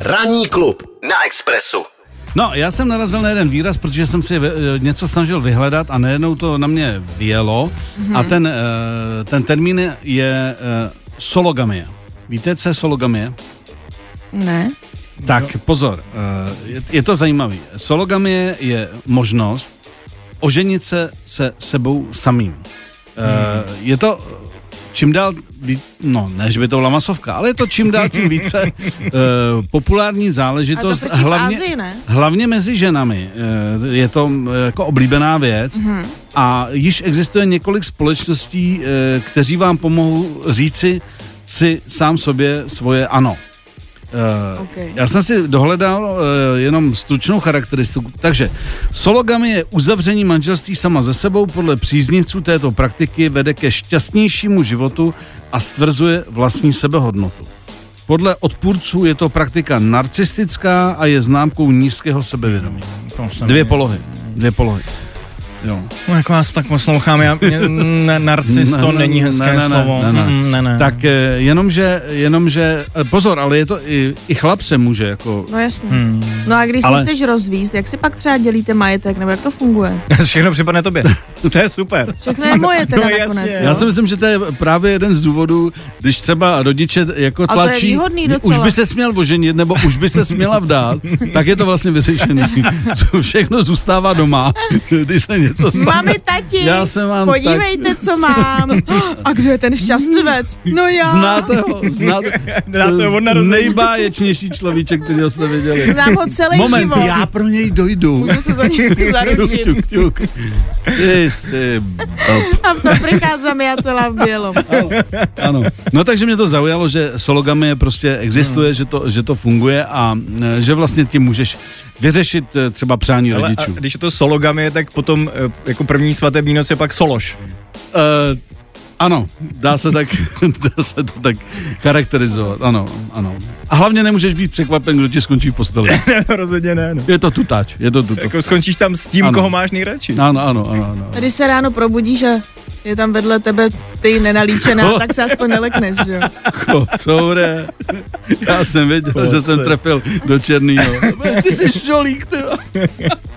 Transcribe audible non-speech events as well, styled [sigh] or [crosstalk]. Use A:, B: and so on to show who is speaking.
A: Ranní klub na Expressu.
B: No, já jsem narazil na jeden výraz, protože jsem si eh, něco snažil vyhledat a najednou to na mě vyjelo. Mm-hmm. A ten, eh, ten termín je eh, sologamie. Víte, co je sologamie?
C: Ne.
B: Tak, pozor, eh, je- je to zajímavý. Sologamie je možnost oženit se se sebou samým. Eh, Je to eh, čím dál, ví- no ne, že by to byla masovka, ale je to čím dál tím více eh, populární záležitost.
C: frčí prostě v Asii, ne?
B: Hlavně mezi ženami eh, je to mm, jako oblíbená věc mm-hmm. a již existuje několik společností, eh, kteří vám pomohou říci si sám sobě svoje ano. Eh,
C: Ok.
B: Já jsem si dohledal eh, jenom stručnou charakteristiku. Takže sologamy je uzavření manželství sama ze sebou podle příznivců této praktiky vede ke šťastnějšímu životu a stvrzuje vlastní sebehodnotu. Podle odpůrců je to praktika narcistická a je známkou nízkého sebevědomí.
D: To jsem...
B: Dvě polohy. Dvě polohy. Jo.
D: No, jak vás tak poslouchám, já, mě- n- narcis to
B: Ne,
D: není
B: ne,
D: hezké
B: ne, ne,
D: slovo.
B: ne, ne.
D: Mm, ne, ne.
B: Tak eh, jenomže, jenomže, eh, pozor, ale je to i, i chlap se může jako
C: No jasně. Hmm. No a když
B: Ale-
C: se chceš rozvíst, jak si pak třeba dělíte majetek, nebo jak to funguje?
D: [laughs] Všechno připadne tobě. [laughs] to je super.
C: Všechno je
B: [laughs]
C: moje teda
D: No jasně,
C: nakonec.
D: jo.
C: jo?
B: Já si myslím, že to je právě jeden z důvodů, když třeba rodiče jako
C: A to je
B: tlačí,
C: výhodný
B: už
C: docela.
B: by se směl oženit, nebo už by se směla
C: [laughs]
B: vdát, tak je to vlastně vyřešený. Co Všechno zůstává doma, když se něco stane.
C: Mami, tati,
B: Já se mám
C: podívejte, co mám. A kdo je ten šťastlivec? No já.
B: Znáte ho? Znáte,
D: Znáte ho od narození.
B: Nejbáječnější človíček, který jste viděli.
C: Znám ho celý
B: Moment,
C: život.
B: já pro něj dojdu.
C: Můžu se za
B: [laughs]
C: něj
B: Tuk,
C: zaručit.
B: tuk, tuk. Ty jsi
C: [laughs]
B: blb.
C: A v tom přicházím já celá v bělom.
B: Ano. No takže mě to zaujalo, že sologamie prostě existuje, hmm. že, to, že to funguje a e, že vlastně tím můžeš vyřešit e, třeba přání
D: Ale a
B: rodičů.
D: když je to sologamie, tak potom eh, jako první svatební noc je pak sološ.
B: E, ano, dá se, tak, [laughs] dá se to tak charakterizovat, ano, ano. A hlavně nemůžeš být překvapen, kdo ti skončí v [laughs] posteli.
D: [laughs] Ne, no, rozhodně ne. No.
B: Je to tutáč, je to tutáč.
D: Jako skončíš tam s tím,
B: Ano.
D: ano. koho máš nejradši.
B: Ano, ano, ano, ano.
C: Když se ráno probudíš a je tam vedle tebe
B: [laughs]
C: ty
B: Oh.
C: nenalíčená, tak se aspoň nelekneš, že jo?
B: Ko, [laughs] coure. [laughs] Já jsem věděl, že jsem trefil do černýho. Ty jsi žolík, ty. jo.